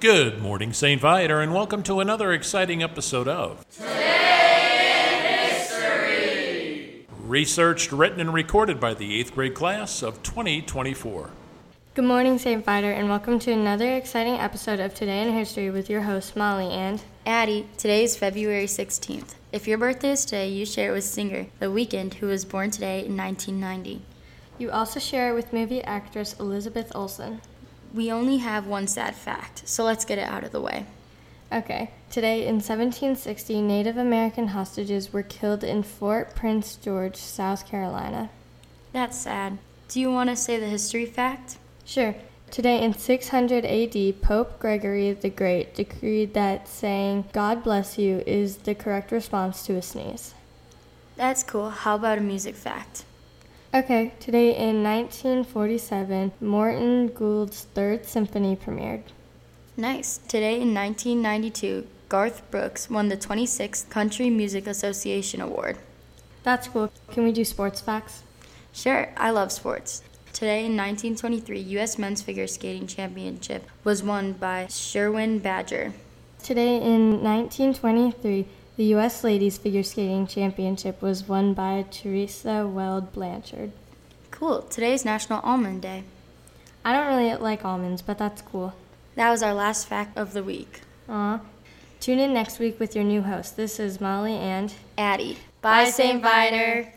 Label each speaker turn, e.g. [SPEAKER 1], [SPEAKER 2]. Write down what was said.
[SPEAKER 1] Good morning, St. Viator, and welcome to another exciting episode of Today in History. Researched, written, and recorded by the eighth grade class of 2024.
[SPEAKER 2] Good morning, St. Vider, and welcome to another exciting episode of Today in History with your host, Molly and
[SPEAKER 3] Addie, today is February 16th. If your birthday is today, you share it with singer The Weeknd, who was born today in 1990.
[SPEAKER 2] you also share it with movie actress Elizabeth Olsen.
[SPEAKER 3] We only have one sad fact, so let's get it out of the way.
[SPEAKER 2] Okay, today in 1760, Native American hostages were killed in Fort Prince George, South Carolina.
[SPEAKER 3] That's sad. Do you want to say the history fact?
[SPEAKER 2] Sure. Today in 600 AD, Pope Gregory the Great decreed that saying, God bless you, is the correct response to a sneeze.
[SPEAKER 3] That's cool. How about a music fact?
[SPEAKER 2] Okay, today in 1947, Morton Gould's Third Symphony premiered.
[SPEAKER 3] Nice. Today in 1992, Garth Brooks won the 26th Country Music Association Award.
[SPEAKER 2] That's cool. Can we do sports facts?
[SPEAKER 3] Sure, I love sports. Today in 1923, U.S. Men's Figure Skating Championship was won by Sherwin Badger.
[SPEAKER 2] Today in 1923, the U.S. Ladies Figure Skating Championship was won by Teresa Weld Blanchard.
[SPEAKER 3] Cool. Today's National Almond Day.
[SPEAKER 2] I don't really like almonds, but that's cool.
[SPEAKER 3] That was our last fact of the week.
[SPEAKER 2] Aw. Tune in next week with your new host. This is Molly and.
[SPEAKER 3] Addie.
[SPEAKER 2] Bye, St. Vider.